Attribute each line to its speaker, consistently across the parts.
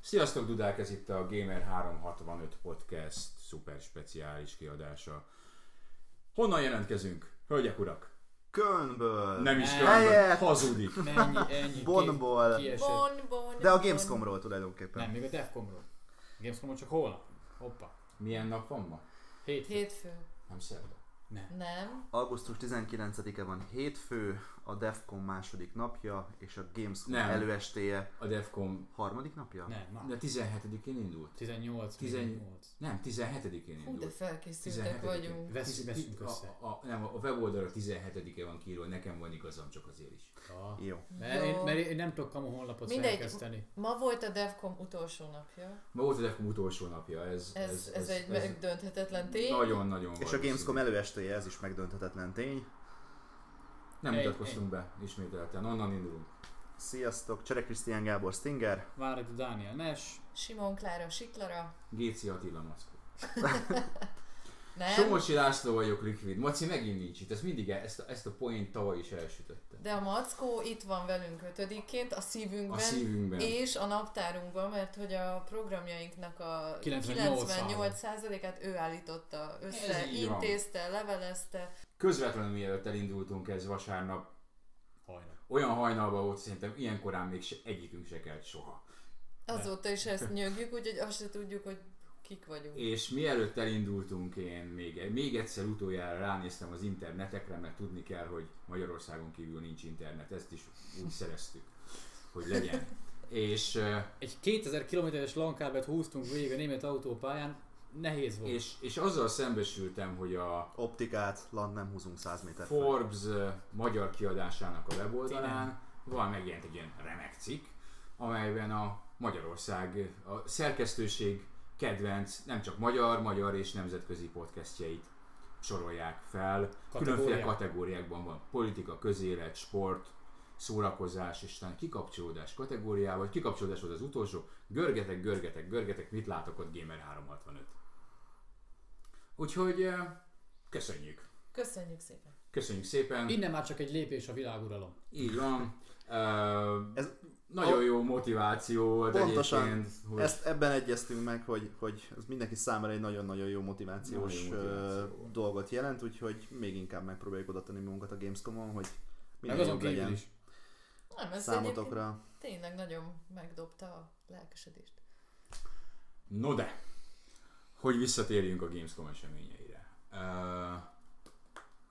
Speaker 1: Sziasztok, Dudák! Ez itt a Gamer365 Podcast szuper speciális kiadása. Honnan jelentkezünk? Hölgyek, urak!
Speaker 2: Kölnből,
Speaker 1: Nem is
Speaker 3: Nem.
Speaker 1: kell,
Speaker 2: Helyett.
Speaker 1: hazudik.
Speaker 3: Mennyi, ennyi. ki-
Speaker 2: Bonnból.
Speaker 3: kiesett.
Speaker 4: Bon, bon,
Speaker 2: de a
Speaker 4: bon.
Speaker 2: Gamescomról tulajdonképpen.
Speaker 3: Nem, még a Defcomról. Gamescomról csak holnap. Hoppa.
Speaker 1: Milyen nap van ma?
Speaker 3: Hétfő.
Speaker 4: Hétfő.
Speaker 1: Nem szerda.
Speaker 4: Nem.
Speaker 2: Augusztus 19-e van hétfő, a Defcon második napja, és a Gamescom
Speaker 1: Nem.
Speaker 2: előestéje
Speaker 1: A Defcon
Speaker 2: harmadik napja?
Speaker 3: Nem, na.
Speaker 1: de 17-én indult.
Speaker 3: 18.
Speaker 1: Tizen-
Speaker 3: 18.
Speaker 1: Nem, 17-én
Speaker 4: Hú, de
Speaker 1: indult.
Speaker 4: felkészültek
Speaker 1: 17-én.
Speaker 4: vagyunk.
Speaker 3: Vesz, veszünk
Speaker 1: a,
Speaker 3: össze.
Speaker 1: a, a, nem, a weboldalra 17-e van kiírva, nekem van igazam, csak azért is.
Speaker 3: Ja.
Speaker 2: Jó.
Speaker 3: Mert, én, mert én nem tudok kamu honlapot
Speaker 4: Mindegy.
Speaker 3: szerkeszteni.
Speaker 4: Ma volt a DevCom utolsó napja.
Speaker 1: Ma volt a Defcon utolsó napja, ez...
Speaker 4: Ez, ez, egy megdönthetetlen tény.
Speaker 1: Nagyon-nagyon
Speaker 2: És a
Speaker 1: valószínű.
Speaker 2: Gamescom előestéje, ez is megdönthetetlen tény.
Speaker 1: Nem
Speaker 3: Egy-
Speaker 1: mutatkoztunk be ismételten, onnan indulunk.
Speaker 2: Sziasztok, Csere Krisztián Gábor Stinger.
Speaker 3: Váradi Dániel Nes.
Speaker 4: Simon Klára Siklara.
Speaker 1: Géci Attila Maszkó.
Speaker 4: Nem.
Speaker 1: Somocsi László vagyok, Liquid. Maci megint nincs itt, ezt mindig, el, ezt, a, ezt a poént tavaly is elsütötte.
Speaker 4: De a Mackó itt van velünk ötödikként, a
Speaker 1: A
Speaker 4: szívünkben.
Speaker 1: szívünkben.
Speaker 4: és a naptárunkban, mert hogy a programjainknak a
Speaker 3: 98
Speaker 4: 98%-át ő állította össze,
Speaker 1: Ez így van.
Speaker 4: intézte, levelezte.
Speaker 1: Közvetlenül mielőtt elindultunk ez vasárnap,
Speaker 3: Hajnal.
Speaker 1: olyan hajnalban volt, szerintem ilyen korán még se, egyikünk se kelt soha.
Speaker 4: Azóta is ezt nyögjük, úgyhogy azt se tudjuk, hogy kik vagyunk.
Speaker 1: És mielőtt elindultunk, én még, e- még egyszer utoljára ránéztem az internetekre, mert tudni kell, hogy Magyarországon kívül nincs internet. Ezt is úgy szereztük, hogy legyen. És, eh,
Speaker 3: Egy 2000 kilométeres lankábet húztunk végig a német autópályán. Nehéz volt.
Speaker 1: és, és azzal szembesültem, hogy a,
Speaker 2: Optikát, land nem húzunk 100 méter.
Speaker 1: Forbes ö, magyar kiadásának a weboldalán van megjelent egy ilyen remek cikk, amelyben a Magyarország, a szerkesztőség kedvenc, nem csak magyar, magyar és nemzetközi podcastjeit sorolják fel. Különféle kategóriákban van politika, közélet, sport, szórakozás, és talán kikapcsolódás kategóriával, vagy kikapcsolódás volt az utolsó, görgetek, görgetek, görgetek, mit látok ott Gamer 365. Úgyhogy ö, köszönjük!
Speaker 4: Köszönjük szépen.
Speaker 1: Köszönjük szépen!
Speaker 3: Innen már csak egy lépés a világuralom.
Speaker 1: Így van. Ö,
Speaker 2: Ez-
Speaker 1: nagyon
Speaker 2: a-
Speaker 1: jó motiváció volt
Speaker 2: Pontosan.
Speaker 1: egyébként. Hogy
Speaker 2: Ezt ebben egyeztünk meg, hogy, hogy ez mindenki számára egy nagyon-nagyon jó motivációs
Speaker 1: Nagyon jó motiváció
Speaker 2: ö,
Speaker 1: volt.
Speaker 2: dolgot jelent, úgyhogy még inkább megpróbáljuk oda tenni magunkat a Gamescomon, hogy
Speaker 3: Meg
Speaker 2: minél
Speaker 3: azon
Speaker 2: jobb
Speaker 3: kívül
Speaker 2: legyen
Speaker 3: is.
Speaker 4: Nem, ez egyébként
Speaker 2: számotokra.
Speaker 4: tényleg nagyon megdobta a lelkesedést.
Speaker 1: No de, hogy visszatérjünk a Gamescom eseményeire. Ö,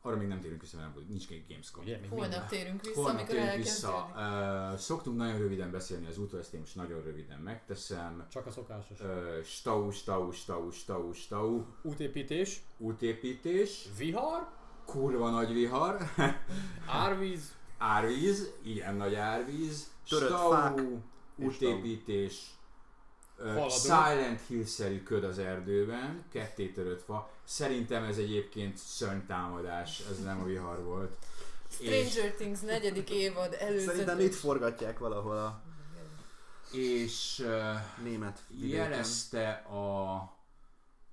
Speaker 1: arra még nem térünk vissza, mert nem volt, nincs még Gamescom.
Speaker 3: Ugye, még
Speaker 4: Holnap
Speaker 3: minden.
Speaker 4: térünk vissza,
Speaker 1: Holnap
Speaker 4: amikor
Speaker 1: térjünk
Speaker 4: elkezdődik.
Speaker 1: vissza. Ö, szoktunk nagyon röviden beszélni az útról, ezt én most nagyon röviden megteszem.
Speaker 3: Csak a szokásos.
Speaker 1: Ö, stau, stau, stau, stau, stau,
Speaker 3: Útépítés,
Speaker 1: útépítés,
Speaker 3: vihar,
Speaker 1: kurva nagy vihar,
Speaker 3: árvíz,
Speaker 1: árvíz, igen nagy árvíz,
Speaker 2: Törött
Speaker 1: stau,
Speaker 2: fák és
Speaker 1: útépítés, ö,
Speaker 3: Haladó.
Speaker 1: Silent Hill-szerű köd az erdőben, ketté törött fa. Szerintem ez egyébként szörnytámadás, ez nem a vihar volt.
Speaker 4: Stranger Things negyedik évad előzetes.
Speaker 2: Szerintem itt forgatják valahol a
Speaker 1: És ö,
Speaker 2: német vidéken.
Speaker 1: jelezte a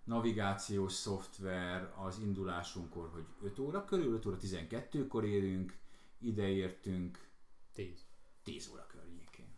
Speaker 1: navigációs szoftver az indulásunkkor, hogy 5 óra körül, 5 óra 12-kor érünk, ideértünk
Speaker 3: 10.
Speaker 1: 10 óra környékén.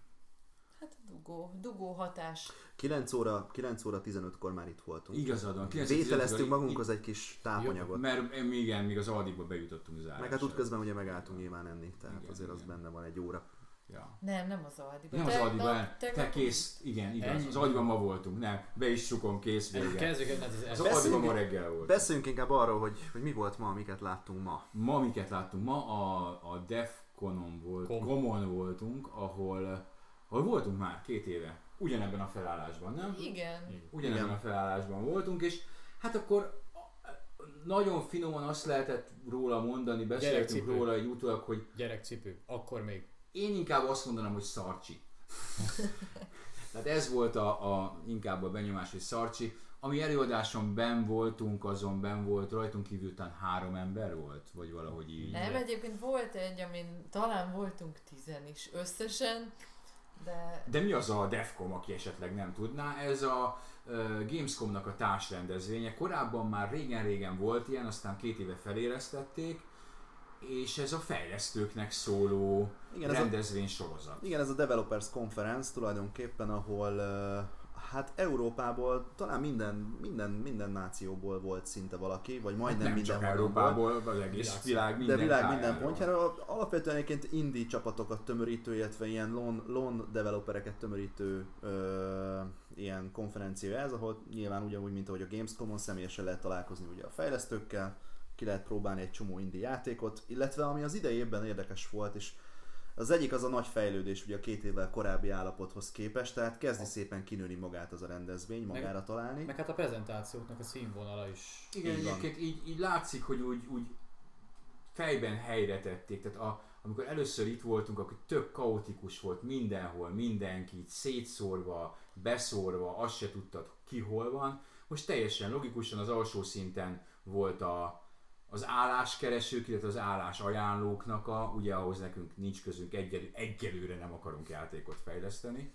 Speaker 4: Hát dugó, dugó hatás.
Speaker 2: 9 óra, 9 óra 15-kor már itt voltunk.
Speaker 1: Igazad van. 9-15 -kor
Speaker 2: Vételeztünk
Speaker 1: itt-
Speaker 2: magunkhoz egy kis tápanyagot.
Speaker 1: Mert em, igen, még az Aldiba bejutottunk zárásra.
Speaker 2: Meg hát útközben ugye megálltunk nyilván enni, tehát
Speaker 1: Igen,
Speaker 2: azért az
Speaker 1: igen.
Speaker 2: benne van egy óra.
Speaker 1: Ja.
Speaker 4: Nem, nem az Aldiba.
Speaker 1: Nem az Aldiba,
Speaker 4: nap-
Speaker 1: te
Speaker 4: tegnap-
Speaker 1: kész, igen, igaz,
Speaker 3: Ennyi.
Speaker 1: az Aldiba ma voltunk, nem, be is sukom, kész, vége.
Speaker 3: Kezdjük el, hát ez az
Speaker 1: Az
Speaker 3: első.
Speaker 1: Aldiba
Speaker 2: Beszéljünk-
Speaker 1: ma reggel volt.
Speaker 2: Beszéljünk inkább arról, hogy, hogy mi volt ma, miket láttunk ma.
Speaker 1: Ma miket láttunk? Ma a, a Defconon volt,
Speaker 3: Kom.
Speaker 1: Gomon voltunk, ahol, ahol voltunk már két éve, ugyanebben a felállásban, nem?
Speaker 4: Igen.
Speaker 1: ugyanebben
Speaker 2: Igen.
Speaker 1: a felállásban voltunk, és hát akkor nagyon finoman azt lehetett róla mondani, beszéltünk
Speaker 3: Gyerekcipő.
Speaker 1: róla egy utólag, hogy
Speaker 3: Gyerekcipő. Akkor még.
Speaker 1: Én inkább azt mondanám, hogy szarcsi. Tehát ez volt a, a, inkább a benyomás, hogy szarcsi. Ami előadáson ben voltunk, azon ben volt, rajtunk kívül talán három ember volt, vagy valahogy így.
Speaker 4: Nem, egyébként volt egy, amin talán voltunk tizen is összesen, de
Speaker 1: De mi az a Defcom, aki esetleg nem tudná? Ez a ö, Gamescomnak a társrendezvénye. Korábban már régen-régen volt ilyen, aztán két éve felélesztették, és ez a fejlesztőknek szóló
Speaker 2: Igen,
Speaker 1: Igen,
Speaker 2: ez a,
Speaker 1: rendezvény sorozat.
Speaker 2: igen, ez a Developers Conference tulajdonképpen, ahol ö, hát Európából, talán minden, minden, minden nációból volt szinte valaki, vagy majdnem
Speaker 1: Hát nem
Speaker 2: minden
Speaker 1: csak
Speaker 2: hallomból.
Speaker 1: Európából, az egész világ minden
Speaker 2: de világ
Speaker 1: tájáról.
Speaker 2: minden pontjára. Alapvetően egyébként indie csapatokat tömörítő, illetve ilyen lon, lon developereket tömörítő ö, ilyen konferencia ez, ahol nyilván ugyanúgy, mint ahogy a Gamescom-on személyesen lehet találkozni ugye a fejlesztőkkel, ki lehet próbálni egy csomó indie játékot, illetve ami az idei évben érdekes volt, és az egyik az a nagy fejlődés ugye a két évvel korábbi állapothoz képest, tehát kezdi szépen kinőni magát az a rendezvény, magára találni.
Speaker 3: Meg hát a prezentációknak a színvonala is.
Speaker 1: Igen,
Speaker 2: Így van.
Speaker 1: egyébként így, így látszik, hogy úgy, úgy fejben helyre tették. Tehát a, amikor először itt voltunk, akkor tök kaotikus volt mindenhol, mindenki így szétszórva, beszórva, azt se tudtad ki hol van. Most teljesen logikusan az alsó szinten volt a, az álláskeresők, illetve az állásajánlóknak a, ugye ahhoz nekünk nincs közünk, egyelő, egyelőre nem akarunk játékot fejleszteni.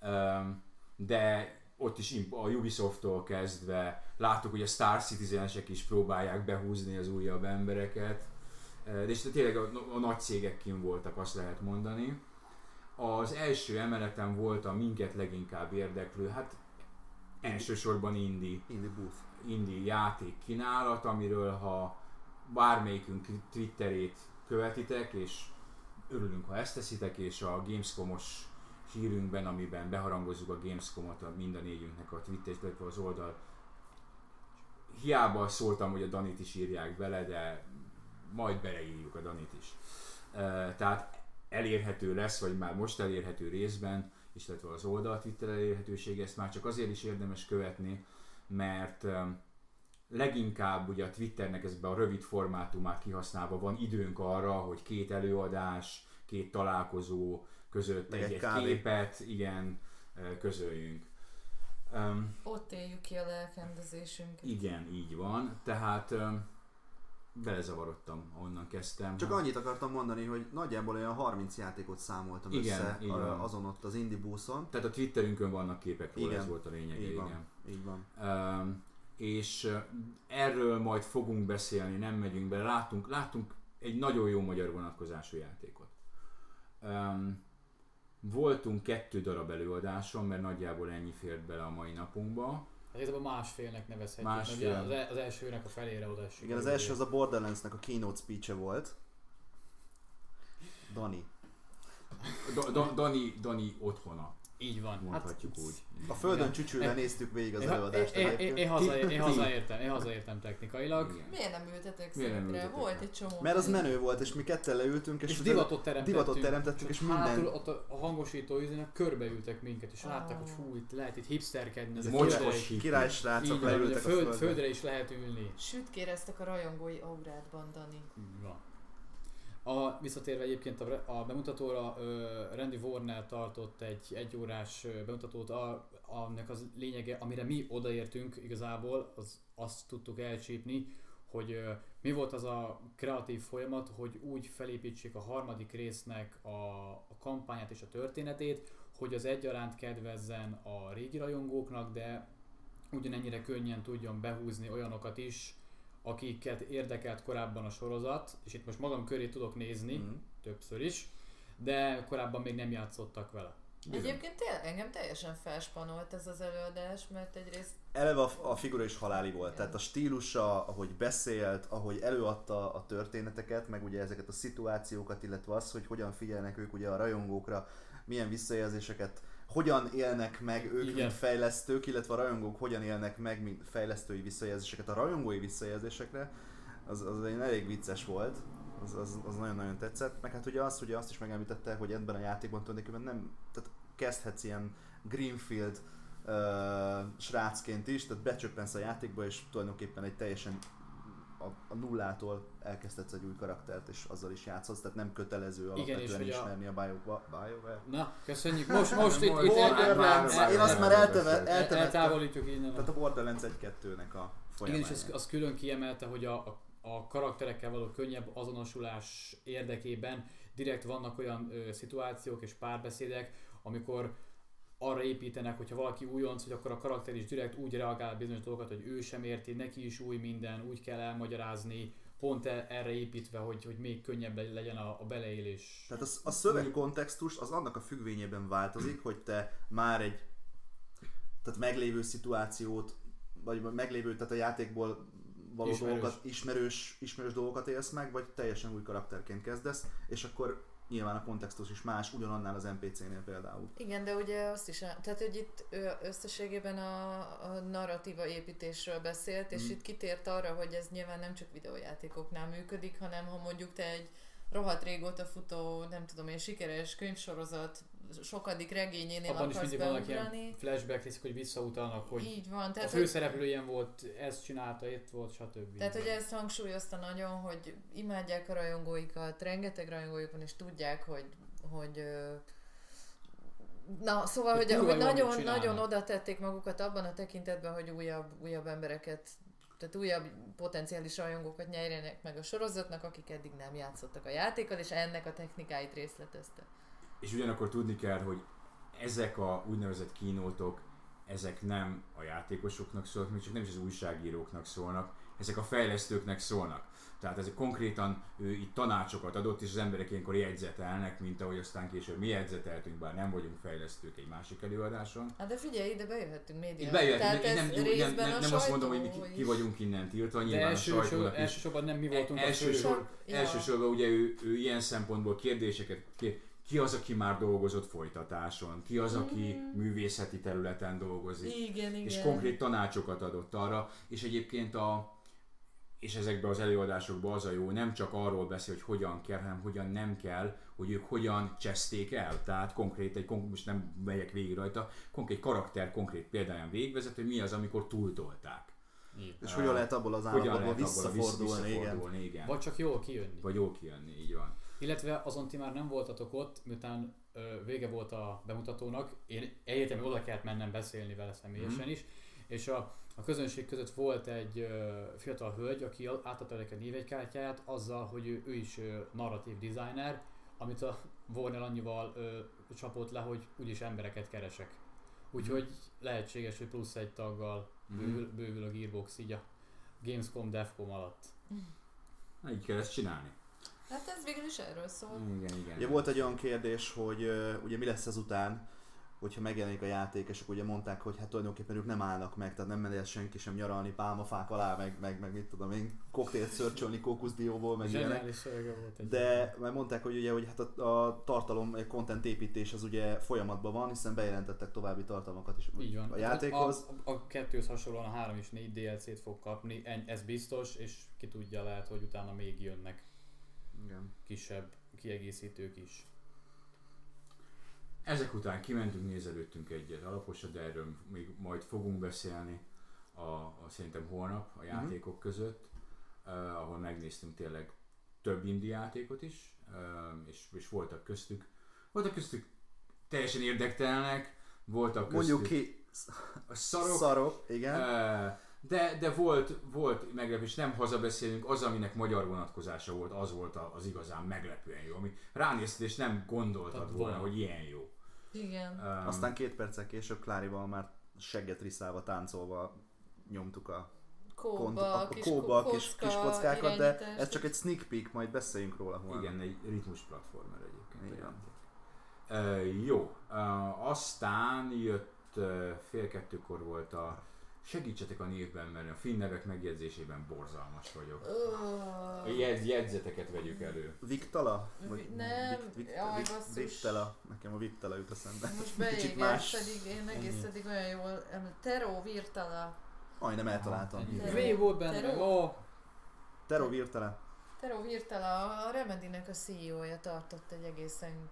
Speaker 1: Öm, de ott is imp- a Ubisoft-tól kezdve láttuk, hogy a Star Citizen-esek is próbálják behúzni az újabb embereket, Ö, de és tényleg a, a nagy cégek kim voltak, azt lehet mondani. Az első emeleten volt a minket leginkább érdeklő, hát elsősorban indie
Speaker 2: Indie booth.
Speaker 1: indie játék kínálat, amiről ha bármelyikünk Twitterét követitek, és örülünk, ha ezt teszitek, és a Gamescomos hírünkben, amiben beharangozzuk a Gamescomot a mind a négyünknek a Twitter, illetve az oldal. Hiába szóltam, hogy a Danit is írják bele, de majd beleírjuk a Danit is. Ö, Tehát elérhető lesz, vagy már most elérhető részben, és illetve az oldal Twitter elérhetősége, ezt már csak azért is érdemes követni, mert öm, leginkább ugye a Twitternek ezben a rövid formátumát kihasználva van időnk arra, hogy két előadás, két találkozó között
Speaker 2: Meg egy
Speaker 1: egy-egy
Speaker 2: kávé.
Speaker 1: képet, igen, ö, közöljünk. Öm,
Speaker 4: Ott éljük ki a lelkendezésünket.
Speaker 1: igen, így van, tehát öm, belezavarodtam, onnan kezdtem.
Speaker 2: Csak
Speaker 1: Hát-
Speaker 2: annyit akartam mondani, hogy nagyjából olyan 30 játékot számoltam
Speaker 1: Igen,
Speaker 2: össze
Speaker 1: így
Speaker 2: ö,
Speaker 1: van.
Speaker 2: azon ott az Indie buszon.
Speaker 1: Tehát a Twitterünkön vannak képek róla,
Speaker 2: Igen.
Speaker 1: ez volt a lényeg.
Speaker 2: Így
Speaker 1: Igen.
Speaker 2: van. Így van.
Speaker 1: Öm, és ö, erről majd fogunk beszélni, nem megyünk bele. Láttunk, láttunk egy nagyon jó magyar vonatkozású játékot. Öm, voltunk kettő darab előadáson, mert nagyjából ennyi fért bele a mai napunkba.
Speaker 3: Hát igazából másfélnek nevezhetjük. mert
Speaker 1: Másfél.
Speaker 3: ugye Az, e- az elsőnek a felére oda esik.
Speaker 2: Igen, az első az a Borderlands-nek a keynote speech volt. Dani.
Speaker 1: Da, da, Dani, Dani otthona,
Speaker 3: Így van.
Speaker 1: mondhatjuk hát, úgy.
Speaker 2: A földön
Speaker 3: Igen.
Speaker 2: csücsülve
Speaker 3: Én-
Speaker 2: néztük végig az
Speaker 3: Én-
Speaker 2: előadást
Speaker 3: én, én, én,
Speaker 2: egyébként.
Speaker 3: hazaér, én
Speaker 1: Ti-
Speaker 3: hazaértem, én hazaértem technikailag.
Speaker 1: Igen.
Speaker 4: Miért nem ültetek
Speaker 1: Miért nem
Speaker 4: székre?
Speaker 1: ültetek
Speaker 4: Volt
Speaker 1: le?
Speaker 4: egy csomó.
Speaker 2: Mert az
Speaker 4: hely.
Speaker 2: menő volt, és mi ketten leültünk, és,
Speaker 3: És
Speaker 2: utána
Speaker 3: divatot teremtettünk. hát
Speaker 2: divatot teremtettünk, és
Speaker 3: Hátul
Speaker 2: minden...
Speaker 3: ott a a hangosító izének körbeültek minket, és látták, hogy fú, itt lehet itt hipsterkedni.
Speaker 1: Ez
Speaker 3: ezek
Speaker 1: mocskos
Speaker 3: földre-
Speaker 1: hit.
Speaker 2: Királysrácok
Speaker 3: Így van, hogy a
Speaker 2: leültek a
Speaker 3: föld,
Speaker 2: földre.
Speaker 3: földre is lehet ülni.
Speaker 4: Sütkéreztek a rajongói aurádban, Dani.
Speaker 3: Így van. A, visszatérve egyébként a, a bemutatóra, ö, Randy Warner tartott egy egyórás ö, bemutatót, a, annak az lényege, amire mi odaértünk igazából, az, azt tudtuk elcsípni, hogy ö, mi volt az a kreatív folyamat, hogy úgy felépítsék a harmadik résznek a, a kampányát és a történetét, hogy az egyaránt kedvezzen a régi rajongóknak, de ugyanennyire könnyen tudjon behúzni olyanokat is, akiket érdekelt korábban a sorozat, és itt most magam köré tudok nézni,
Speaker 2: Mhm.
Speaker 3: többször is, de korábban még nem játszottak vele.
Speaker 1: Bizony.
Speaker 4: Egyébként tél- engem teljesen felspanolt ez az előadás, mert egyrészt
Speaker 2: Eleve a, a figura is haláli volt, tehát a stílusa, ahogy beszélt, ahogy előadta a történeteket, meg ugye ezeket a szituációkat, illetve az, hogy hogyan figyelnek ők ugye a rajongókra, milyen visszajelzéseket, hogyan élnek meg ők, Igen.
Speaker 3: Igen.
Speaker 2: mint fejlesztők, illetve a rajongók hogyan élnek meg, mint fejlesztői visszajelzéseket, a rajongói visszajelzésekre, az, az egy elég vicces volt, az, az, az nagyon-nagyon tetszett. Meg hát ugye azt, ugye azt is megemlítette, hogy ebben a játékban tulajdonképpen nem, tehát kezdhetsz ilyen Greenfield ö, srácként is, tehát becsöppensz a játékba, és tulajdonképpen egy teljesen a, a nullától elkezdhetsz egy új karaktert, és azzal is játszhatsz, tehát nem kötelező
Speaker 3: és
Speaker 2: alapvetően
Speaker 3: hogy a-
Speaker 2: ismerni a, Bio- BioWare.
Speaker 3: Na, köszönjük. Most, most itt, itt el, el,
Speaker 2: Borderlands,
Speaker 3: el,
Speaker 2: én azt már
Speaker 1: el-
Speaker 2: elteve-
Speaker 1: el-
Speaker 2: eltemettem.
Speaker 3: eltávolítjuk innen.
Speaker 2: Tehát
Speaker 3: A...
Speaker 2: a Borderlands 1-2-nek a
Speaker 3: Igen, és
Speaker 2: folyamánya.
Speaker 3: az, az külön kiemelte, hogy a, a, a karakterekkel való könnyebb azonosulás érdekében direkt vannak olyan ö, szituációk és párbeszédek, amikor arra építenek, hogyha valaki újonc, hogy akkor a karakter is direkt úgy reagál bizonyos dolgokat, hogy ő sem érti, neki is új minden, úgy kell elmagyarázni, pont e- erre építve, hogy, hogy még könnyebb le- legyen a, a beleélés.
Speaker 2: Tehát az, a szövegkontextus az annak a függvényében változik, hogy te már egy tehát meglévő szituációt, vagy meglévő, tehát a játékból való
Speaker 3: Ismerős.
Speaker 2: ismerős. dolgokat, ismerős, ismerős dolgokat élsz meg, vagy teljesen új karakterként kezdesz, és akkor nyilván a kontextus is más, ugyanannál az NPC-nél például.
Speaker 4: Igen, de ugye azt is, el- tehát hogy itt ö, összességében a, a narratíva építésről beszélt, és
Speaker 2: Mm.
Speaker 4: itt kitért arra, hogy ez nyilván nem csak videójátékoknál működik, hanem ha mondjuk te egy rohadt régóta futó, nem tudom én, sikeres könyvsorozat sokadik regényénél
Speaker 3: Abban is
Speaker 4: akarsz
Speaker 3: mindig vannak
Speaker 4: beugrani.
Speaker 3: ilyen flashback részek, hogy visszautalnak, hogy
Speaker 4: Így van,
Speaker 3: a
Speaker 4: tehát hogy,
Speaker 3: főszereplő ilyen volt, ezt csinálta, itt volt, stb.
Speaker 4: tehát hogy ezt hangsúlyozta nagyon, hogy imádják a rajongóikat, rengeteg rajongójuk van, és tudják, hogy, hogy ö, Na, szóval,
Speaker 3: Hogy
Speaker 4: hogy,
Speaker 3: kurva
Speaker 4: hogy
Speaker 3: jól mit
Speaker 4: nagyon,
Speaker 3: csinálnak.
Speaker 4: nagyon oda tették magukat abban a tekintetben, hogy újabb, újabb embereket, tehát újabb potenciális rajongókat nyerjenek meg a sorozatnak, akik eddig nem játszottak a játékkal, és ennek a technikáit részletezte.
Speaker 1: És ugyanakkor tudni kell, hogy ezek a úgynevezett kínótok, ezek nem a játékosoknak szólnak, még csak nem is az újságíróknak szólnak, ezek a fejlesztőknek szólnak. Tehát ez konkrétan ő itt tanácsokat adott, és az emberek ilyenkor jegyzetelnek, mint ahogy aztán később mi jegyzeteltünk, bár nem vagyunk fejlesztők egy másik előadáson.
Speaker 4: Hát de figyelj, ide bejöhettünk média.
Speaker 1: Itt bejött,
Speaker 4: tehát
Speaker 1: nem,
Speaker 4: ez
Speaker 1: nem, nem,
Speaker 4: részben
Speaker 1: nem,
Speaker 4: a
Speaker 1: nem azt mondom, hogy mi
Speaker 4: sajtó
Speaker 1: ki,
Speaker 4: is.
Speaker 1: ki vagyunk innen tiltva,
Speaker 3: de
Speaker 1: nyilván a
Speaker 3: elsősor,
Speaker 1: sajtónak is. E-
Speaker 3: elsősorban nem mi voltunk a
Speaker 1: Elsősor-
Speaker 3: fősor.
Speaker 4: Ja.
Speaker 1: Elsősorban ugye ő, ő ilyen szempontból kérdéseket ki, ki az, aki már dolgozott folytatáson, ki az, aki
Speaker 4: Mhm.
Speaker 1: művészeti területen dolgozik,
Speaker 4: Igen, igen.
Speaker 1: és konkrét tanácsokat adott arra, és egyébként a és ezekben az előadásokban az a jó, nem csak arról beszél, hogy hogyan kell, hanem hogyan nem kell, hogy ők hogyan cseszték el. Tehát konkrét, egy, kon- most nem megyek végig rajta, konkrét karakter, konkrét példáján végigvezet, hogy mi az, amikor túltolták.
Speaker 2: És
Speaker 1: Ah.
Speaker 2: hogyan lehet abból az állapotból
Speaker 1: abból a
Speaker 2: visszafordulni, igen.
Speaker 1: visszafordulni, igen. Vagy,
Speaker 3: Vagy csak jól kijönni.
Speaker 1: vagy jó kijönni, így van.
Speaker 3: Illetve azon ti már nem voltatok ott, miután ö, vége volt a bemutatónak, én egyetemre oda kellett mennem beszélni vele személyesen
Speaker 2: Mhm.
Speaker 3: is, és a, a közönség között volt egy ö, fiatal hölgy, aki a- átadta neki a névegykártyáját azzal, hogy ő, ő is ö, narratív designer, amit a Warner annyival ö, csapott le, hogy úgyis embereket keresek. Úgyhogy
Speaker 2: Mhm.
Speaker 3: lehetséges, hogy plusz egy taggal
Speaker 1: Mhm.
Speaker 3: bővül, bővül a Gearbox így a Gamescom Defcom alatt.
Speaker 1: Na, így kell ezt csinálni.
Speaker 4: Hát ez végül is erről szól.
Speaker 1: Igen, igen.
Speaker 2: Ugye volt egy olyan kérdés, hogy ö, ugye mi lesz ezután, hogyha megjelenik a játék, és akkor ugye mondták, hogy hát tulajdonképpen ők nem állnak meg, tehát nem mehet senki sem nyaralni pálmafák alá, meg, meg, meg mit tudom én, koktélt szörcsölni kókuszdióból, meg ilyenek.
Speaker 3: Zseniális szövege volt egy.
Speaker 2: De már mondták, hogy ugye, hogy hát a, a tartalom, a content építés az ugye folyamatban van, hiszen bejelentettek további tartalmakat is
Speaker 3: Így van.
Speaker 2: a
Speaker 3: Tehát
Speaker 2: játékhoz.
Speaker 3: A, a kettőhöz hasonlóan a három és négy DLC-t fog kapni, en- ez biztos, és ki tudja lehet, hogy utána még jönnek
Speaker 2: Igen.
Speaker 3: kisebb kiegészítők is.
Speaker 1: Ezek után kimentünk, nézelődtünk egyet alaposat, de erről még majd fogunk beszélni a, a szerintem holnap
Speaker 2: Mhm.
Speaker 1: a játékok között, uh, ahol megnéztünk tényleg több indi játékot is, uh, és, és voltak köztük. Voltak köztük teljesen érdektelenek, voltak köztük
Speaker 2: Mondjuk ki,
Speaker 1: a
Speaker 2: szarok,
Speaker 1: szarok,
Speaker 2: szarok igen.
Speaker 1: Ö, De, de volt, volt meglepés, nem hazabeszélünk, az, aminek magyar vonatkozása volt, az volt a- az igazán meglepően jó, ami ránézted és nem gondoltad
Speaker 3: Hát
Speaker 1: volna,
Speaker 3: van.
Speaker 1: hogy ilyen jó.
Speaker 4: Igen.
Speaker 1: Öm,
Speaker 2: Aztán két perccel később Klárival már segget riszálva, táncolva nyomtuk a kont-
Speaker 4: Kóba,
Speaker 2: a
Speaker 4: kis,
Speaker 2: kóba a
Speaker 4: kocka,
Speaker 2: kis, kis kockákat, de
Speaker 4: irányítás.
Speaker 2: ez csak egy sneak peek, majd beszéljünk róla holnap.
Speaker 1: Igen, egy ritmus platformer egyébként.
Speaker 2: Igen.
Speaker 1: Ö, jó, Ö, aztán jött ö, fél kettőkor volt a segítsetek a névben, mert a finn nevek megjegyzésében borzalmas vagyok.
Speaker 4: Ö,
Speaker 1: A jegy, jegyzeteket vegyük elő.
Speaker 2: Viktala?
Speaker 4: Vi- nem, jaj, basszus.
Speaker 2: Viktela, nekem a Viktela jut eszembe.
Speaker 4: Most
Speaker 2: Kicsit
Speaker 4: beégett,
Speaker 2: más.
Speaker 4: pedig én egész eddig olyan jól... em- Teró virtala.
Speaker 2: Majdnem eltaláltam.
Speaker 1: Ennyi.
Speaker 3: Ennyi. Vé volt benne,
Speaker 4: Teró.
Speaker 3: ó,
Speaker 2: Tero Virtala.
Speaker 4: Teró virtala, a Remedinek a CEO-ja tartott egy egészen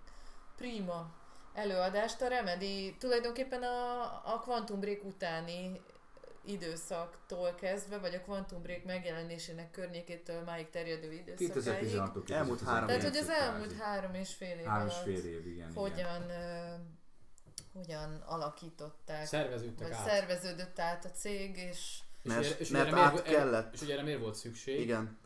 Speaker 4: prima előadást. A Remedy tulajdonképpen a, a Quantum Break utáni időszaktól kezdve, vagy a Quantum Break megjelenésének környékétől máig terjedő időszakáig.
Speaker 1: 2016 -tól
Speaker 2: Elmúlt három
Speaker 1: 2019 -ig
Speaker 4: Tehát, hogy az elmúlt
Speaker 1: kvázi.
Speaker 4: három és fél év
Speaker 1: Három és
Speaker 4: alatt
Speaker 1: fél év, igen. igen.
Speaker 4: hogyan, ö, hogyan alakították,
Speaker 3: szerveződtek
Speaker 4: vagy
Speaker 3: át.
Speaker 4: szerveződött át a cég, és
Speaker 3: És
Speaker 2: Mert-
Speaker 3: ugye- és ugye
Speaker 2: mert
Speaker 3: erre miért
Speaker 2: át
Speaker 3: vo- erre-
Speaker 2: kellett.
Speaker 3: És ugye erre miért volt szükség?
Speaker 2: Igen.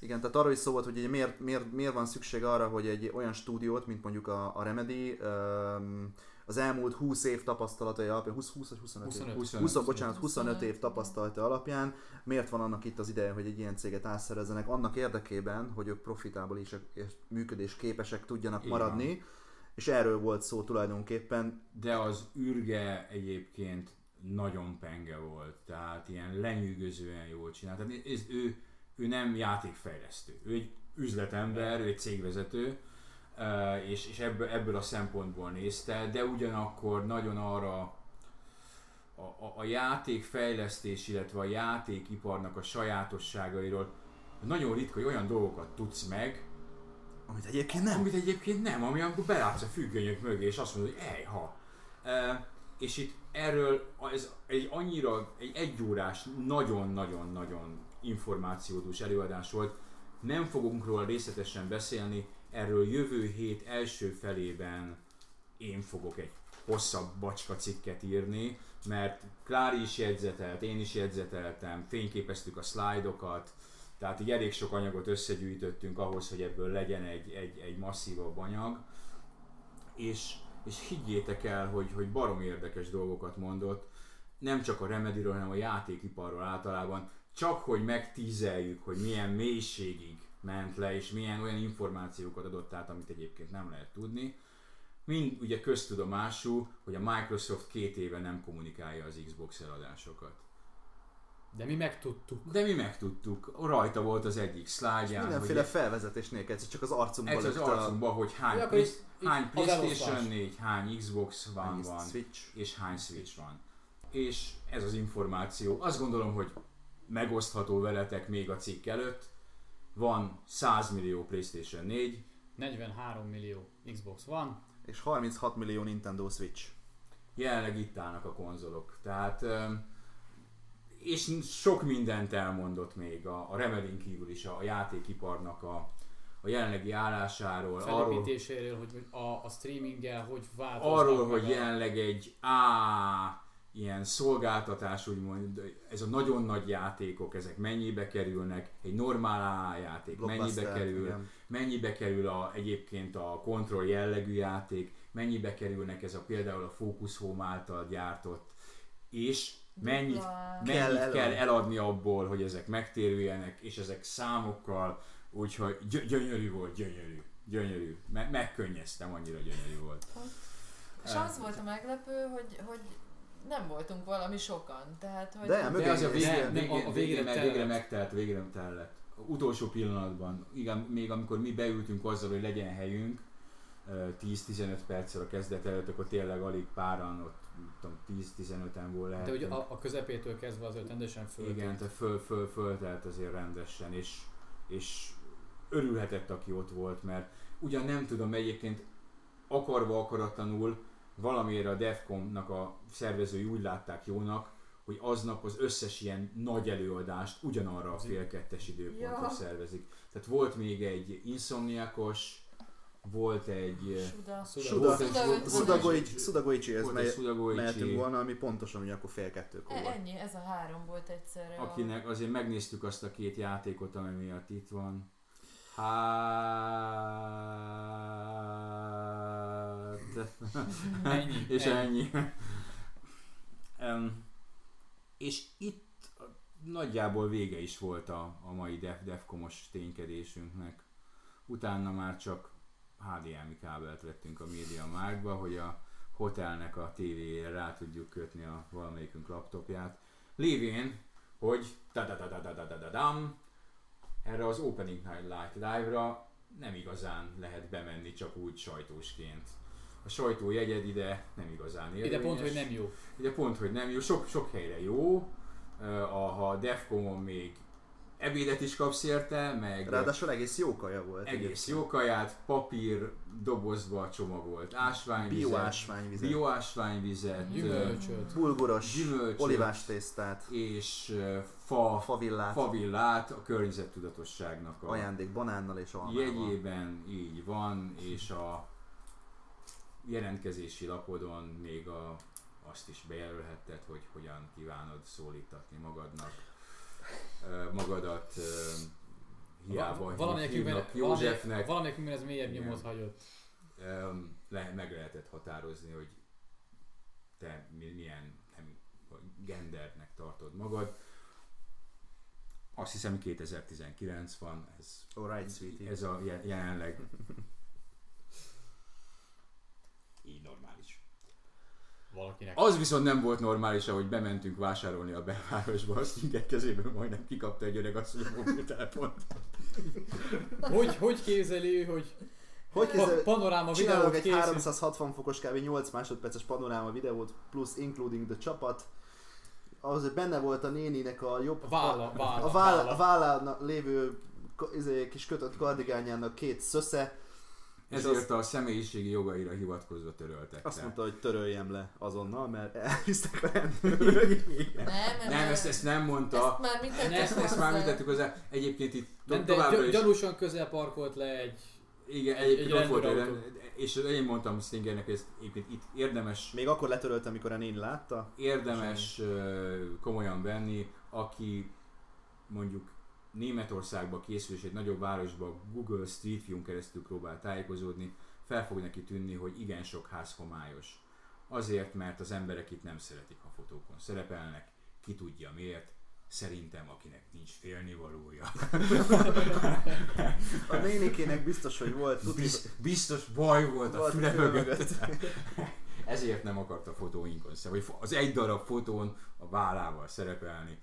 Speaker 2: Igen, tehát arról is szó volt, hogy ugye miért, miért, miért van szükség arra, hogy egy olyan stúdiót, mint mondjuk a, a Remedy, öm, az elmúlt 20 év tapasztalatai alapján, 20, 20 vagy 25, 25.
Speaker 3: 25.
Speaker 2: 20,
Speaker 1: 25.
Speaker 2: 20, bocsánat, 25 év
Speaker 4: 25.
Speaker 2: tapasztalata alapján, miért van annak itt az ideje, hogy egy ilyen céget átszerezzenek, annak érdekében, hogy ők profitából is és működésképesek tudjanak
Speaker 1: Így
Speaker 2: maradni, és erről volt szó tulajdonképpen.
Speaker 1: De az ürge egyébként nagyon penge volt, tehát ilyen lenyűgözően jól csinált. Tehát ez, ő, ő nem játékfejlesztő, ő egy üzletember, ő egy cégvezető, ö, és, és ebből, ebből a szempontból nézte, de ugyanakkor nagyon arra a, a, a játékfejlesztés, illetve a játékiparnak a sajátosságairól nagyon ritka, hogy olyan dolgokat tudsz meg,
Speaker 2: Amit egyébként nem.
Speaker 1: Amit egyébként nem, ami amikor belátsz a függönyök mögé, és azt mondod, hogy ejha. E, és itt erről ez egy annyira, egy egyórás, nagyon-nagyon-nagyon információdús előadás volt. Nem fogunk róla részletesen beszélni, erről jövő hét első felében én fogok egy hosszabb bacska cikket írni, mert Klári is jegyzetelt, én is jegyzeteltem, fényképeztük a szlájdokat, tehát így elég sok anyagot összegyűjtöttünk ahhoz, hogy ebből legyen egy, egy, egy masszívabb anyag. És, és higgyétek el, hogy, hogy barom érdekes dolgokat mondott, nem csak a remediről, hanem a játékiparról általában, csak hogy megtízeljük, hogy milyen mélységig ment le, és milyen olyan információkat adott át, amit egyébként nem lehet tudni. Mind ugye köztudomású, hogy a Microsoft két éve nem kommunikálja az Xbox eladásokat.
Speaker 3: De mi megtudtuk.
Speaker 1: De mi megtudtuk, rajta volt az egyik szlájdján,
Speaker 2: Mindenféle felvezetésnél kell, csak az arcunkba
Speaker 1: Ez az
Speaker 2: lökte a-
Speaker 1: arcunkba, hogy hány,
Speaker 3: Ja,
Speaker 1: ja,
Speaker 3: akkor
Speaker 1: play,
Speaker 3: így-
Speaker 1: hány
Speaker 3: így
Speaker 1: Playstation
Speaker 3: az
Speaker 1: 4, hány Xbox van,
Speaker 2: Hány
Speaker 1: van
Speaker 2: Switch.
Speaker 1: és hány Switch van. És ez az információ, azt gondolom, hogy megosztható veletek még a cikk előtt. Van 100 millió Playstation 4,
Speaker 3: 43 millió Xbox van.
Speaker 2: És 36 millió Nintendo Switch.
Speaker 1: jelenleg itt állnak a konzolok. Tehát öm, és sok mindent elmondott még a, a Remedin kívül is a, a játékiparnak a, a jelenlegi állásáról, arról,
Speaker 3: Felépítéséről, hogy a, a streaminggel hogy változnak.
Speaker 1: arról,
Speaker 3: meg
Speaker 1: hogy
Speaker 3: a-
Speaker 1: jelenleg egy á, ilyen szolgáltatás, úgymond, ez a nagyon nagy játékok, ezek mennyibe kerülnek, egy normál á játék mennyibe
Speaker 2: Blockbuster,
Speaker 1: kerül,
Speaker 2: igen.
Speaker 1: mennyibe kerül a, egyébként a kontroll jellegű játék, mennyibe kerülnek ez a például a Focus Home által gyártott, és mennyit,
Speaker 4: Dupla.
Speaker 1: mennyit kell,
Speaker 2: Kell
Speaker 1: eladni.
Speaker 2: eladni.
Speaker 1: kell eladni abból, hogy ezek megtérüljenek, és ezek számokkal, úgyhogy gy- gyönyörű volt, gyönyörű, gyönyörű, Me- megkönnyeztem, annyira gyönyörű volt.
Speaker 4: És az volt a meglepő, hogy, hogy nem voltunk valami sokan. Tehát, hogy
Speaker 2: De,
Speaker 1: De
Speaker 2: mögé
Speaker 1: az a
Speaker 2: néz.
Speaker 1: végén,
Speaker 3: Nem,
Speaker 1: végén,
Speaker 3: a- a
Speaker 1: végén, végén,
Speaker 3: végére
Speaker 1: meg-
Speaker 3: tellett.
Speaker 1: végére megtelt, végére megtelt. Utolsó pillanatban, igen, még amikor mi beültünk azzal, hogy legyen helyünk, ö, 10-15 perccel a kezdet előtt, akkor tényleg alig páran, ott nem tudom, 10-15-en volt
Speaker 3: De
Speaker 1: lehetünk.
Speaker 3: ugye a, a közepétől kezdve az rendesen föl.
Speaker 1: Igen, tehát föl, föl, föltelt azért rendesen, és, és örülhetett, aki ott volt, mert ugyan nem tudom egyébként akarva akaratlanul valamiért a Defcon-nak a szervezői úgy látták jónak, hogy aznap az összes ilyen nagy előadást ugyanarra a fél kettes időpontra
Speaker 4: Ja.
Speaker 1: szervezik. Tehát volt még egy inszomniákos, volt egy...
Speaker 4: Suda.
Speaker 3: Szóval
Speaker 2: Suda,
Speaker 1: Volt egy-
Speaker 4: Suda-
Speaker 1: volt-
Speaker 4: Suda-
Speaker 1: volt egy-
Speaker 2: Szudagoics, Szudagoicsi, ez
Speaker 1: volt egy
Speaker 2: mely, mehetünk
Speaker 1: Szudagoicsi,
Speaker 2: volna, ami pontosan ugyanakkor fél kettőkor
Speaker 4: E,
Speaker 2: volt.
Speaker 4: ennyi, ez a három volt egyszerre. a...
Speaker 1: akinek azért megnéztük azt a két játékot, ami miatt itt van. Hát...
Speaker 3: Ennyi.
Speaker 1: és
Speaker 3: ennyi.
Speaker 1: ennyi. um, és itt nagyjából vége is volt a, a mai Def Defcomos ténykedésünknek. Utána már csak HDMI kábelt vettünk a média márkba, hogy a hotelnek a tévéjére rá tudjuk kötni a valamelyikünk laptopját. Lévén, hogy da da da da da da da dam erre az Opening Night Light Live-ra nem igazán lehet bemenni csak úgy sajtósként. A sajtójegyed ide nem igazán érvényes.
Speaker 3: Ide pont, hogy nem jó.
Speaker 1: Ugye pont, hogy nem jó, sok, sok helyre jó, Ö, a, ha a Defcomon még ebédet is kapsz érte, meg
Speaker 2: Ráadásul egész jó kaja volt.
Speaker 1: egész jó kaját, papír dobozba csomagolt, ásványvizet,
Speaker 2: Bioásványvizet, Bio...
Speaker 1: bioásványvizet, ö,
Speaker 3: Gyümölcsöt.
Speaker 2: bulguros,
Speaker 1: gyümölcsöt.
Speaker 2: olivás tésztát,
Speaker 1: és ö, fa,
Speaker 2: favillát,
Speaker 1: favillát a környezettudatosságnak a
Speaker 2: ajándék banánnal és almával.
Speaker 1: jegyében, így van, és a jelentkezési lapodon még a, azt is bejelölhetted, hogy hogyan kívánod szólítatni magadnak ö, magadat ö, hiába
Speaker 3: Va- valamelyikünkben-
Speaker 1: hívnak
Speaker 3: valamelyik-
Speaker 1: Józsefnek,
Speaker 3: Valamelyikünkben ez mélyebb
Speaker 1: Igen.
Speaker 3: nyomot hagyott.
Speaker 1: Öm, le, meg lehetett határozni, hogy te mi- milyen nem, gendernek tartod magad. Azt hiszem 2019 van, ez,
Speaker 2: Alright, sweetie.
Speaker 1: ez a je- jelenleg így normális.
Speaker 3: Valakinek.
Speaker 1: Az viszont nem volt normális, ahogy bementünk vásárolni a belvárosba, a stinget kezéből majdnem kikapta egy öreg asszony a mobiltelefont.
Speaker 3: Hogy, hogy képzeli ő, hogy
Speaker 2: Hogy
Speaker 3: pa-
Speaker 2: kézzel...
Speaker 3: panoráma
Speaker 2: Csinálok
Speaker 3: videót
Speaker 2: egy
Speaker 3: készít?
Speaker 2: 360 fokos kb. 8 másodperces panoráma videót, plusz including the csapat. Ahhoz, hogy benne volt a néninek a jobb...
Speaker 3: Válla, válla,
Speaker 2: a, váll, a vállán lévő ka- izé, kis kötött kardigányának két szösze. És
Speaker 1: Ezért a személyiségi jogaira hivatkozva töröltek.
Speaker 2: Azt
Speaker 1: el.
Speaker 2: mondta, hogy töröljem le azonnal, mert elvisztek a rendőrök.
Speaker 4: Nem, nem,
Speaker 1: Nem, ezt, ezt nem mondta.
Speaker 4: ezt már mit
Speaker 3: Nem,
Speaker 1: Ezt, ezt már műtettük hozzá. Egyébként itt
Speaker 3: Nem,
Speaker 1: to-
Speaker 3: de
Speaker 1: továbbra
Speaker 3: gy-
Speaker 1: is...
Speaker 3: gyanúsan közel parkolt le egy...
Speaker 1: Igen,
Speaker 3: egy-
Speaker 1: egyébként
Speaker 3: egy
Speaker 1: ott volt
Speaker 3: rendőrautó.
Speaker 1: egy rend- És én mondtam Stingernek, hogy ezt egyébként itt érdemes
Speaker 2: Még akkor letöröltem, amikor a néni látta.
Speaker 1: érdemes ö, komolyan venni, aki mondjuk Németországba készül, és egy nagyobb városba Google Street View-n keresztül próbál tájékozódni, fel fog neki tűnni, hogy igen sok ház homályos. Azért, mert az emberek itt nem szeretik, ha fotókon szerepelnek, ki tudja miért, szerintem akinek nincs félnivalója.
Speaker 2: A nénikének biztos, hogy volt, tudni,
Speaker 1: Biz, biztos baj volt a
Speaker 2: Volt a
Speaker 1: füle
Speaker 2: füle
Speaker 1: mögött. Ezért nem akart a fotóinkon szerepelni, vagy az egy darab fotón a vállával szerepelni.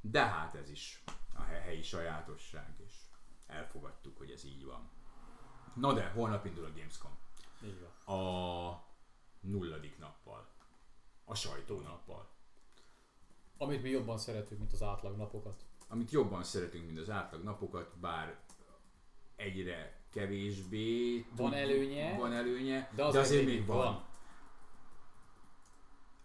Speaker 1: De hát ez is a he- helyi sajátosság, és elfogadtuk, hogy ez így van. Na de, holnap indul a Gamescom.
Speaker 3: Így van.
Speaker 1: A nulladik nappal. A sajtónappal.
Speaker 3: Amit mi jobban szeretünk, mint az átlag napokat.
Speaker 1: Amit jobban szeretünk, mint az átlag napokat, bár egyre kevésbé
Speaker 3: Van előnye.
Speaker 1: van előnye,
Speaker 3: De, az
Speaker 1: de azért még van.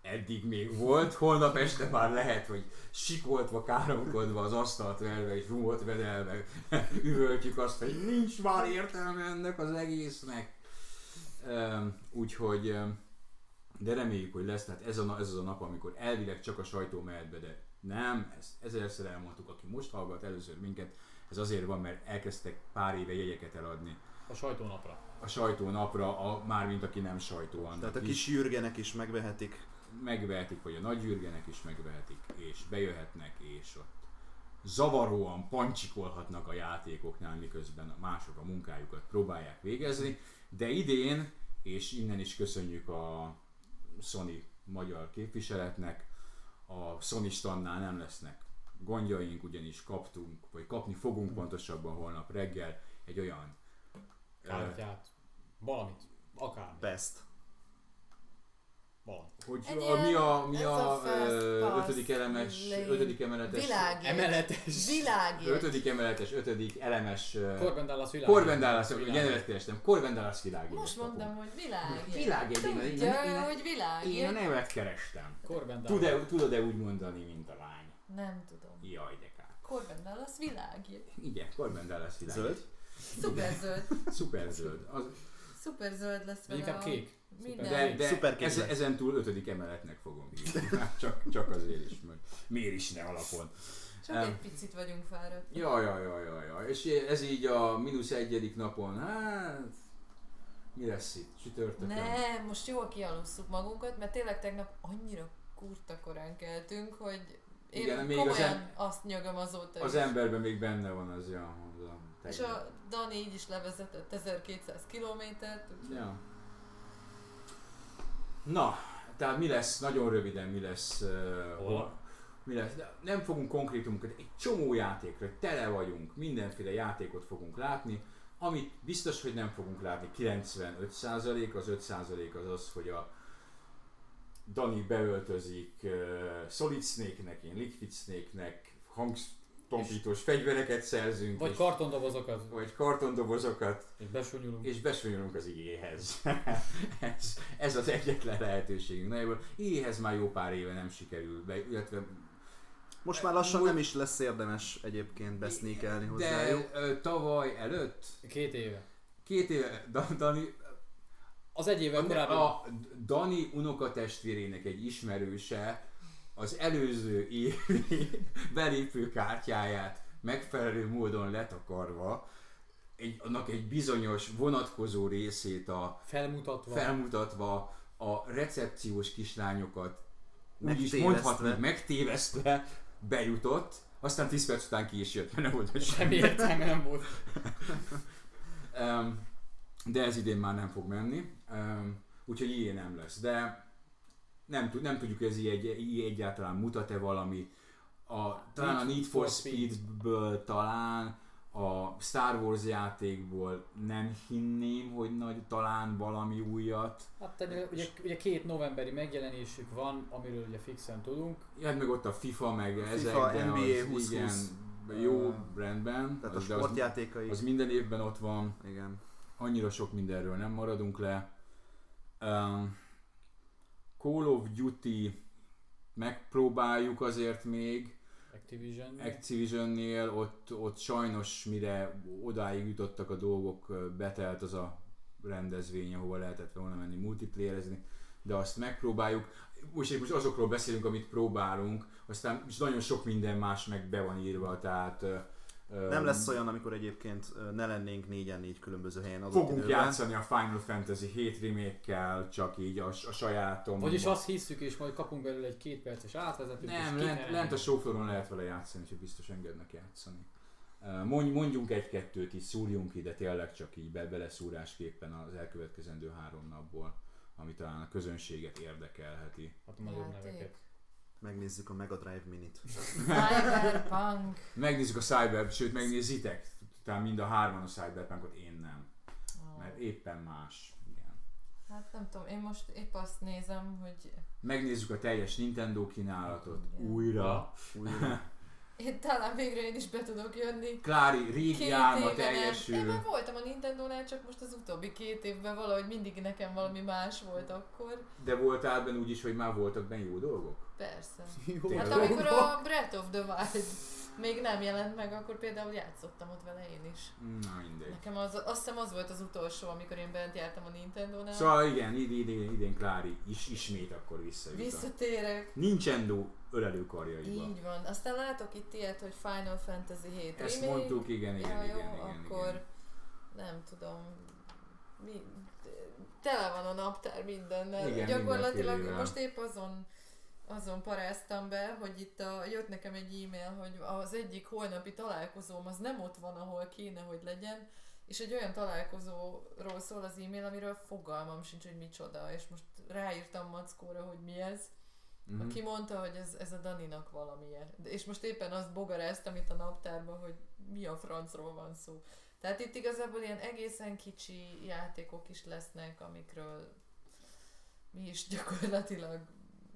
Speaker 1: eddig még volt, holnap este már lehet, hogy sikoltva, káromkodva az asztalt verve és rumot vedelve üvöltjük azt, hogy nincs már értelme ennek az egésznek. Öm, Úgyhogy, öm, de reméljük, hogy lesz, tehát ez, a, na- ez az a nap, amikor elvileg csak a sajtó mehet be, de nem, ezt ezerszer elmondtuk, aki most hallgat először minket, ez azért van, mert elkezdtek pár éve jegyeket eladni
Speaker 3: A sajtónapra.
Speaker 1: a sajtónapra, a, mármint aki nem sajtó, annak
Speaker 2: Tehát a
Speaker 1: is
Speaker 2: kis Jürgenek is megvehetik.
Speaker 1: megvehetik, vagy a nagyürgenek is megvehetik, és bejöhetnek, és ott zavaróan pancsikolhatnak a játékoknál, miközben a mások a munkájukat próbálják végezni, de idén, és innen is köszönjük a Sony magyar képviseletnek, a Sony standnál nem lesznek gondjaink, ugyanis kaptunk, vagy kapni fogunk pontosabban holnap reggel egy olyan ö,
Speaker 3: Kártyát. Valamit. Akármit.
Speaker 2: Best.
Speaker 3: Valamit.
Speaker 1: hogy
Speaker 4: Egy
Speaker 1: a, mi a, mi
Speaker 4: ilyen
Speaker 1: a,
Speaker 4: ez a first
Speaker 1: ö,
Speaker 4: pass
Speaker 1: ötödik elemes,
Speaker 4: lane.
Speaker 1: ötödik emeletes
Speaker 4: Világért.
Speaker 3: Emeletes.
Speaker 4: Világért.
Speaker 1: Ötödik emeletes, ötödik elemes... ö,
Speaker 3: Corbin Dallas világért.
Speaker 1: Corben Dallas,
Speaker 3: Világért.
Speaker 1: nyelvet kerestem, Corben Dallas világért.
Speaker 4: Most mondtam, hogy világért.
Speaker 1: Világért, én- én-
Speaker 4: Tudja,
Speaker 1: én-
Speaker 4: hogy
Speaker 1: Én a
Speaker 4: világért.
Speaker 1: nevet kerestem.
Speaker 3: Corbin Dallas.
Speaker 1: Tud-e, tudod-e úgy mondani, mint a lány?
Speaker 4: Nem tudom.
Speaker 1: Jaj, de kár.
Speaker 4: Corbin Dallas világért.
Speaker 1: Igen, Corben Dallas világért.
Speaker 2: Zöld?
Speaker 4: Szuperzöld.
Speaker 1: Szuper zöld. Az,
Speaker 4: Szuperzöld lesz vele
Speaker 3: Inkább
Speaker 4: a-
Speaker 3: kék.
Speaker 4: Minden.
Speaker 1: de de
Speaker 2: Szuper
Speaker 1: ez,
Speaker 2: kézzel.
Speaker 1: ezen túl ötödik emeletnek fogom hívni. Csak, csak azért is, mert miért is ne alapon.
Speaker 4: Csak
Speaker 1: Em.
Speaker 4: egy picit vagyunk fáradt.
Speaker 1: Ja, ja, ja, ja, ja. És ez így a mínusz egyedik napon, hát... Mi lesz itt? Csütörtökön?
Speaker 4: Nem, most jól kialusszuk magunkat, mert tényleg tegnap annyira kurta korán keltünk, hogy én
Speaker 1: Igen,
Speaker 4: Igen,
Speaker 1: még
Speaker 4: még
Speaker 1: az
Speaker 4: komolyan
Speaker 1: em-
Speaker 4: azt nyögöm azóta
Speaker 1: Az
Speaker 4: is.
Speaker 1: emberben még benne van az, ja. Az a
Speaker 4: És
Speaker 1: tegnap.
Speaker 4: a Dani így is levezetett 1200 kilométert, úgyhogy
Speaker 1: Ja. Na, tehát mi lesz, nagyon röviden mi lesz, uh,
Speaker 3: Holnap?
Speaker 1: mi lesz, de nem fogunk konkrétumokat, egy csomó játékra tele vagyunk, mindenféle játékot fogunk látni, amit biztos, hogy nem fogunk látni, 95% az 5% az az, hogy a Dani beöltözik uh, Solid Snake-nek, én Liquid Snake-nek, hangtompítós fegyvereket szerzünk,
Speaker 3: Vagy
Speaker 1: és,
Speaker 3: kartondobozokat.
Speaker 1: vagy kartondobozokat,
Speaker 3: És besúnyulunk.
Speaker 1: és besúnyolunk az igéhez. ez, ez az egyetlen lehetőségünk. Nagyjából igéhez már jó pár éve nem sikerül, be, illetve
Speaker 2: Most már lassan nem is lesz érdemes egyébként besznékelni hozzájuk.
Speaker 1: de ö, tavaly előtt,
Speaker 3: Két éve.
Speaker 1: két éve Da- Dani,
Speaker 3: Az egy éve korábban.
Speaker 1: a Dani unokatestvérének egy ismerőse az előző évi belépő kártyáját megfelelő módon letakarva, egy, annak egy bizonyos vonatkozó részét a
Speaker 3: Felmutatva.
Speaker 1: felmutatva a a recepciós kislányokat úgy is
Speaker 2: Megtévesztve.
Speaker 1: mondhatni, megtévesztve bejutott, aztán 10 perc után ki is jött, mert nem volt semmi.
Speaker 3: Semmi értelme nem volt.
Speaker 1: Em, de ez idén már nem fog menni, Em, úgyhogy ilyen nem lesz. De nem, tud, nem tudjuk, ez így, így egyáltalán mutat-e valami. A, talán a Need for Speedből, talán a Star Wars játékból nem hinném, hogy nagy, talán valami újat.
Speaker 3: Hát tehát ugye, ugye két novemberi megjelenésük van, amiről ugye fixen tudunk.
Speaker 1: Hát meg ott a FIFA, meg
Speaker 2: FIFA,
Speaker 1: ezek, de
Speaker 2: NBA
Speaker 1: az
Speaker 2: 20-20.
Speaker 1: igen, jó
Speaker 2: Ö,
Speaker 1: rendben.
Speaker 2: Tehát a
Speaker 1: az, de az,
Speaker 2: sportjátékai.
Speaker 1: az minden évben ott van.
Speaker 2: Igen.
Speaker 1: annyira sok mindenről nem maradunk le. Um, Call of Duty megpróbáljuk azért még
Speaker 3: Activision.
Speaker 1: Activisionnél, ott, ott sajnos mire odáig jutottak a dolgok, ö, betelt az a rendezvény, ahova lehetett volna menni multiplayerezni, de azt megpróbáljuk. Most, most azokról beszélünk, amit próbálunk, aztán is nagyon sok minden más meg be van írva, tehát ö, ö,
Speaker 2: Nem lesz olyan, amikor egyébként ö, ne lennénk négyen négy különböző helyen adott
Speaker 1: Fogunk
Speaker 2: időben.
Speaker 1: játszani a Final Fantasy 7 remake csak így a, a sajátom.
Speaker 3: Vagyis azt hisszük, és majd kapunk belőle egy két perces átvezetőt.
Speaker 1: Nem,
Speaker 3: és
Speaker 1: lent,
Speaker 3: kiterem.
Speaker 1: lent a sofőron lehet vele játszani, hogy biztos engednek játszani. Ö, Mondj, mondjunk egy-kettőt, így szúrjunk ide tényleg csak így be, beleszúrásképpen az elkövetkezendő három napból, ami talán a közönséget érdekelheti.
Speaker 3: Adom
Speaker 4: Hát,
Speaker 3: az jobb Hát, neveket.
Speaker 2: Megnézzük a Mega Drive Minit.
Speaker 4: Cyberpunk.
Speaker 1: Megnézzük a Cyber, sőt megnézitek, talán mind a hárman a Cyberpunkot, én nem,
Speaker 4: Ó,
Speaker 1: mert éppen más. Igen.
Speaker 4: Hát nem tudom, én most épp azt nézem, hogy
Speaker 1: Megnézzük a teljes Nintendo kínálatot
Speaker 4: Igen.
Speaker 1: újra.
Speaker 2: Újra.
Speaker 4: én talán végre én is be tudok jönni.
Speaker 1: Klári régi álma teljesül.
Speaker 4: Én már voltam a Nintendo-nál, csak most az utóbbi két évben valahogy mindig nekem valami más volt akkor.
Speaker 1: De voltál benne úgy is, hogy már voltak benne jó dolgok?
Speaker 4: Persze.
Speaker 3: Jó,
Speaker 1: Tényleg.
Speaker 4: Hát
Speaker 1: Tényleg?
Speaker 4: amikor a Breath of the Wild még nem jelent meg, akkor például játszottam ott vele én is.
Speaker 1: Na mindegy.
Speaker 4: Nekem az, azt hiszem az volt az utolsó, amikor én bent jártam a Nintendo-nál.
Speaker 1: Szóval igen, id- idén, idén Klári is ismét akkor visszajut. Vissza.
Speaker 4: Visszatérek.
Speaker 1: Nintendo ölelőkarjaiba.
Speaker 4: Így van. Aztán látok itt ilyet, hogy Final Fantasy 7
Speaker 1: Ezt
Speaker 4: remake.
Speaker 1: mondtuk, igen, igen,
Speaker 4: ja,
Speaker 1: igen,
Speaker 4: jó,
Speaker 1: igen, igen.
Speaker 4: akkor nem tudom, mi, tele van a naptár mindennel.
Speaker 1: Igen,
Speaker 4: Gyakorlatilag
Speaker 1: mindenfélével.
Speaker 4: most épp azon azon paráztam be, hogy itt a, jött nekem egy e-mail, hogy az egyik holnapi találkozóm az nem ott van, ahol kéne, hogy legyen, és egy olyan találkozóról szól az e-mail, amiről fogalmam sincs, hogy micsoda, és most ráírtam Mackóra, hogy mi ez,
Speaker 1: Mhm.
Speaker 4: aki mondta, hogy ez, ez a Daninak valamilyen. De- És most éppen azt bogaráztam itt a naptárban, hogy mi a francról van szó. Tehát itt igazából ilyen egészen kicsi játékok is lesznek, amikről mi is gyakorlatilag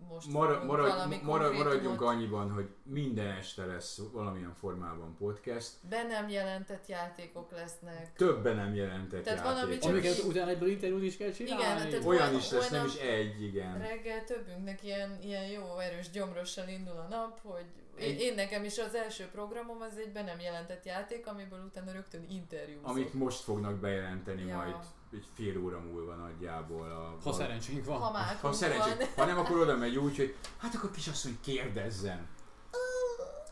Speaker 4: most
Speaker 1: Mara,
Speaker 4: fogunk
Speaker 1: mara,
Speaker 4: valami
Speaker 1: mara, maradjunk
Speaker 4: konkrétumot.
Speaker 1: annyiban, hogy minden este lesz valamilyen formában podcast.
Speaker 4: Be nem jelentett játékok lesznek.
Speaker 1: Többen nem jelentett
Speaker 4: Tehát van,
Speaker 1: játék.
Speaker 4: ami csak
Speaker 3: Amiket
Speaker 4: így-
Speaker 3: utána egyből interjút is kell csinálni.
Speaker 4: Igen, tehát-
Speaker 1: Olyan is lesz,
Speaker 4: Holnap-
Speaker 1: nem is egy, igen.
Speaker 4: Reggel többünknek ilyen, ilyen jó erős gyomrossal indul a nap, hogy én,
Speaker 1: Egy-
Speaker 4: én nekem is az első programom az egy be nem jelentett játék, amiből utána rögtön interjúzok.
Speaker 1: Amit most fognak bejelenteni
Speaker 4: Ja.
Speaker 1: majd egy fél óra múlva nagyjából. A,
Speaker 3: Ha
Speaker 1: a,
Speaker 3: szerencsénk van.
Speaker 4: ha már
Speaker 1: Ha szerencsét, ha nem, akkor oda megy úgy, hogy hát akkor kisasszony kérdezzen.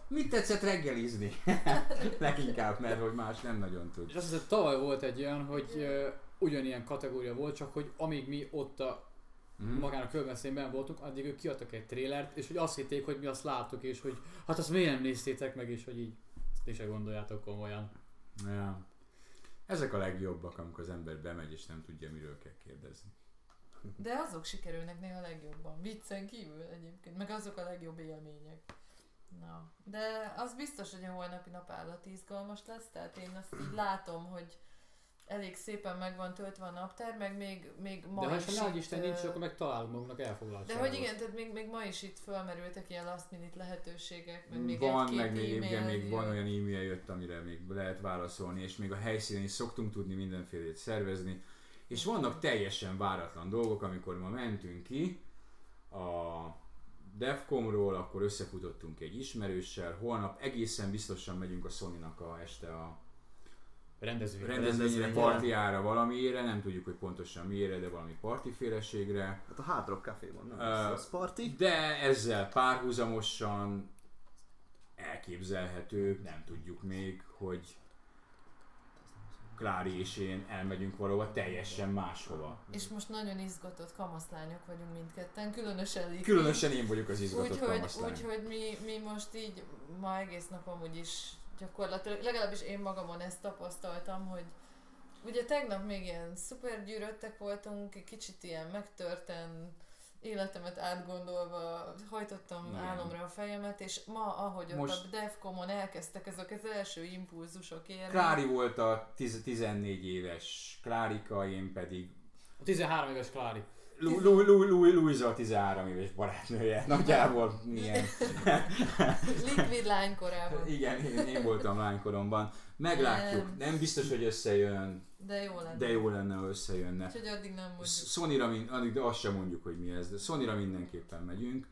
Speaker 1: Mit tetszett reggelizni? Leginkább, mert hogy más nem nagyon tud.
Speaker 3: És azt hiszem, tavaly volt egy olyan, hogy ö, ugyanilyen kategória volt, csak hogy amíg mi ott a
Speaker 4: Hmm.
Speaker 1: Mhm.
Speaker 3: magán a körbeszédben voltunk, addig ők kiadtak egy trélert, és hogy azt hitték, hogy mi azt láttuk, és hogy hát azt miért nem néztétek meg, és hogy így ezt ti se gondoljátok komolyan.
Speaker 1: Ja. Ezek a legjobbak, amikor az ember bemegy és nem tudja, miről kell kérdezni.
Speaker 4: De azok sikerülnek néha legjobban. Viccen kívül egyébként, meg azok a legjobb élmények. Na, de az biztos, hogy a holnapi nap állat izgalmas lesz, tehát én azt így látom, hogy elég szépen meg van töltve a naptár, meg még, még ma
Speaker 3: De ha
Speaker 4: is
Speaker 3: is a nagy
Speaker 4: itt,
Speaker 3: Isten
Speaker 4: ö,
Speaker 3: nincs, akkor meg találunk magunknak elfoglaltságot.
Speaker 4: De hogy igen, tehát még, még ma is itt fölmerültek ilyen last minute lehetőségek, meg még
Speaker 1: van,
Speaker 4: egy-két
Speaker 1: meg még,
Speaker 4: e-mail.
Speaker 1: igen, még van
Speaker 4: jön.
Speaker 1: olyan e-mail jött, amire még lehet válaszolni, és még a helyszínen is szoktunk tudni mindenfélét szervezni. És vannak teljesen váratlan dolgok, amikor ma mentünk ki a Defcomról, akkor összefutottunk egy ismerőssel, holnap egészen biztosan megyünk a Sony-nak a este a
Speaker 3: Rendezvény.
Speaker 1: rendezvényre,
Speaker 2: Rendezvényre.
Speaker 1: partiára, valamiére, nem tudjuk, hogy pontosan miére, de valami partiféleségre.
Speaker 2: Hát a Hard Rock Caféban, nem?
Speaker 1: Ö,
Speaker 2: Uh, az party?
Speaker 1: De ezzel párhuzamosan elképzelhető, nem tudjuk még, hogy Klári és én elmegyünk valahova teljesen máshova.
Speaker 4: És most nagyon izgatott kamaszlányok vagyunk mindketten, különösen Liki.
Speaker 1: Különösen én vagyok az izgatott
Speaker 4: Úgyhogy
Speaker 1: kamaszlány.
Speaker 4: úgy, mi, mi most így ma egész nap amúgy is gyakorlatilag, legalábbis én magamon ezt tapasztaltam, hogy ugye tegnap még ilyen szuper gyűröttek voltunk, kicsit ilyen megtörten életemet átgondolva hajtottam
Speaker 1: Igen.
Speaker 4: álomra a fejemet, és ma, ahogy ott
Speaker 1: Most-
Speaker 4: a Defcomon elkezdtek ezek az első impulzusok érni.
Speaker 1: Klári volt a 10 14 éves Klárika, én pedig
Speaker 3: A 13 éves Klári.
Speaker 1: Lu- Lu- Lu- Lu- Luisa a 13 éves barátnője. Nagyjából milyen.
Speaker 4: Liquid lány korában.
Speaker 1: Igen, én, én voltam lánykoromban. Meglátjuk. Nem biztos, hogy összejön,
Speaker 4: De jó lenne.
Speaker 1: de jó lenne, ha összejönne.
Speaker 4: Úgyhogy addig nem mondjuk.
Speaker 1: Sonyra, min- addig- de azt sem mondjuk, hogy mi ez, de Sonyra mindenképpen megyünk,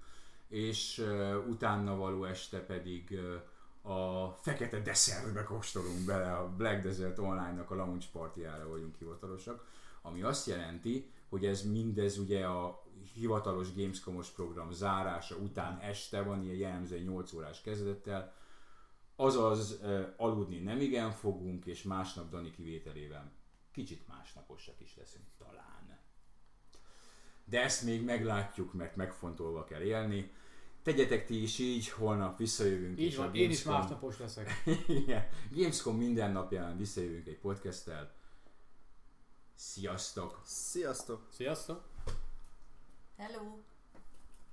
Speaker 1: és uh, utána való este pedig uh, a fekete desszertbe kóstolunk bele, a Black Desert Online-nak a launch partiára vagyunk hivatalosak, ami azt jelenti, hogy ez mindez ugye a hivatalos Gamescomos program zárása után este van, ilyen jellemzően 8 órás kezdettel, azaz uh, aludni nem igen fogunk, és másnap Dani kivételével kicsit másnaposak is leszünk talán. De ezt még meglátjuk, mert megfontolva kell élni. Tegyetek ti is így, holnap visszajövünk.
Speaker 3: Így
Speaker 1: és a
Speaker 3: van, én is
Speaker 1: Gamescom-
Speaker 3: másnapos leszek.
Speaker 1: Igen. Gamescom minden napján visszajövünk egy podcasttel. Sziasztok!
Speaker 2: Sziasztok!
Speaker 3: Sziasztok!
Speaker 4: Hello!